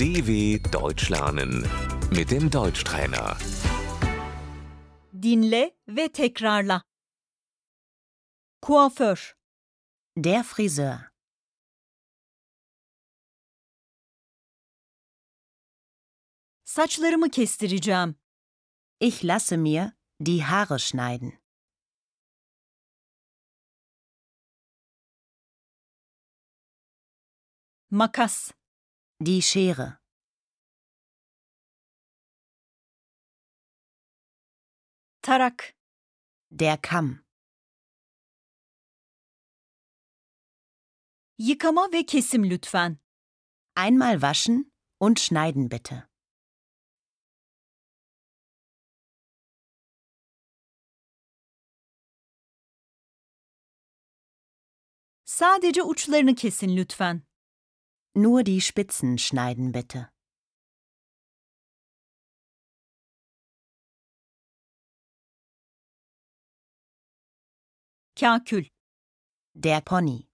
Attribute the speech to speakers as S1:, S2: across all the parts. S1: DW Deutsch lernen mit dem Deutschtrainer.
S2: Dinle ve tekrarla. Kuaför,
S3: Der Friseur.
S2: saçlarımı kestireceğim.
S3: Ich lasse mir die Haare schneiden.
S2: Makas,
S3: Die Schere.
S2: tarak,
S3: Der Kamm.
S2: yıkama ve kesim lütfen.
S3: Einmal waschen und schneiden bitte.
S2: Sadece uçlarını kesin lütfen.
S3: Nur die Spitzen schneiden bitte.
S2: Kakül,
S3: Der Pony.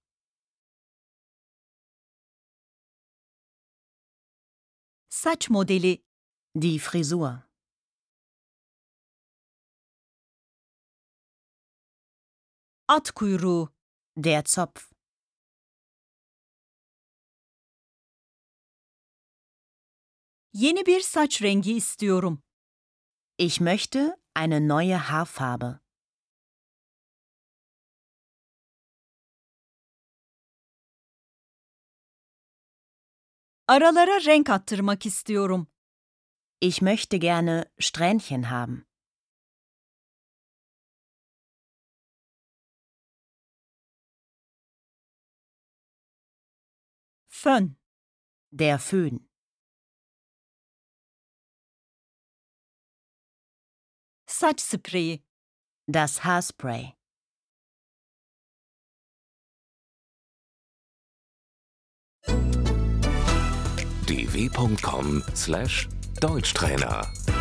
S2: saç modeli,
S3: Die Frisur.
S2: at kuyruğu,
S3: Der Zopf.
S2: yeni bir saç rengi istiyorum.
S3: Ich möchte eine neue Haarfarbe.
S2: Aralara renk attırmak istiyorum.
S3: Ich möchte gerne Strähnchen haben.
S2: Fön,
S3: Der Föhn.
S2: saç spreyi,
S3: Das Haarspray.
S1: dw.com/deutschtrainer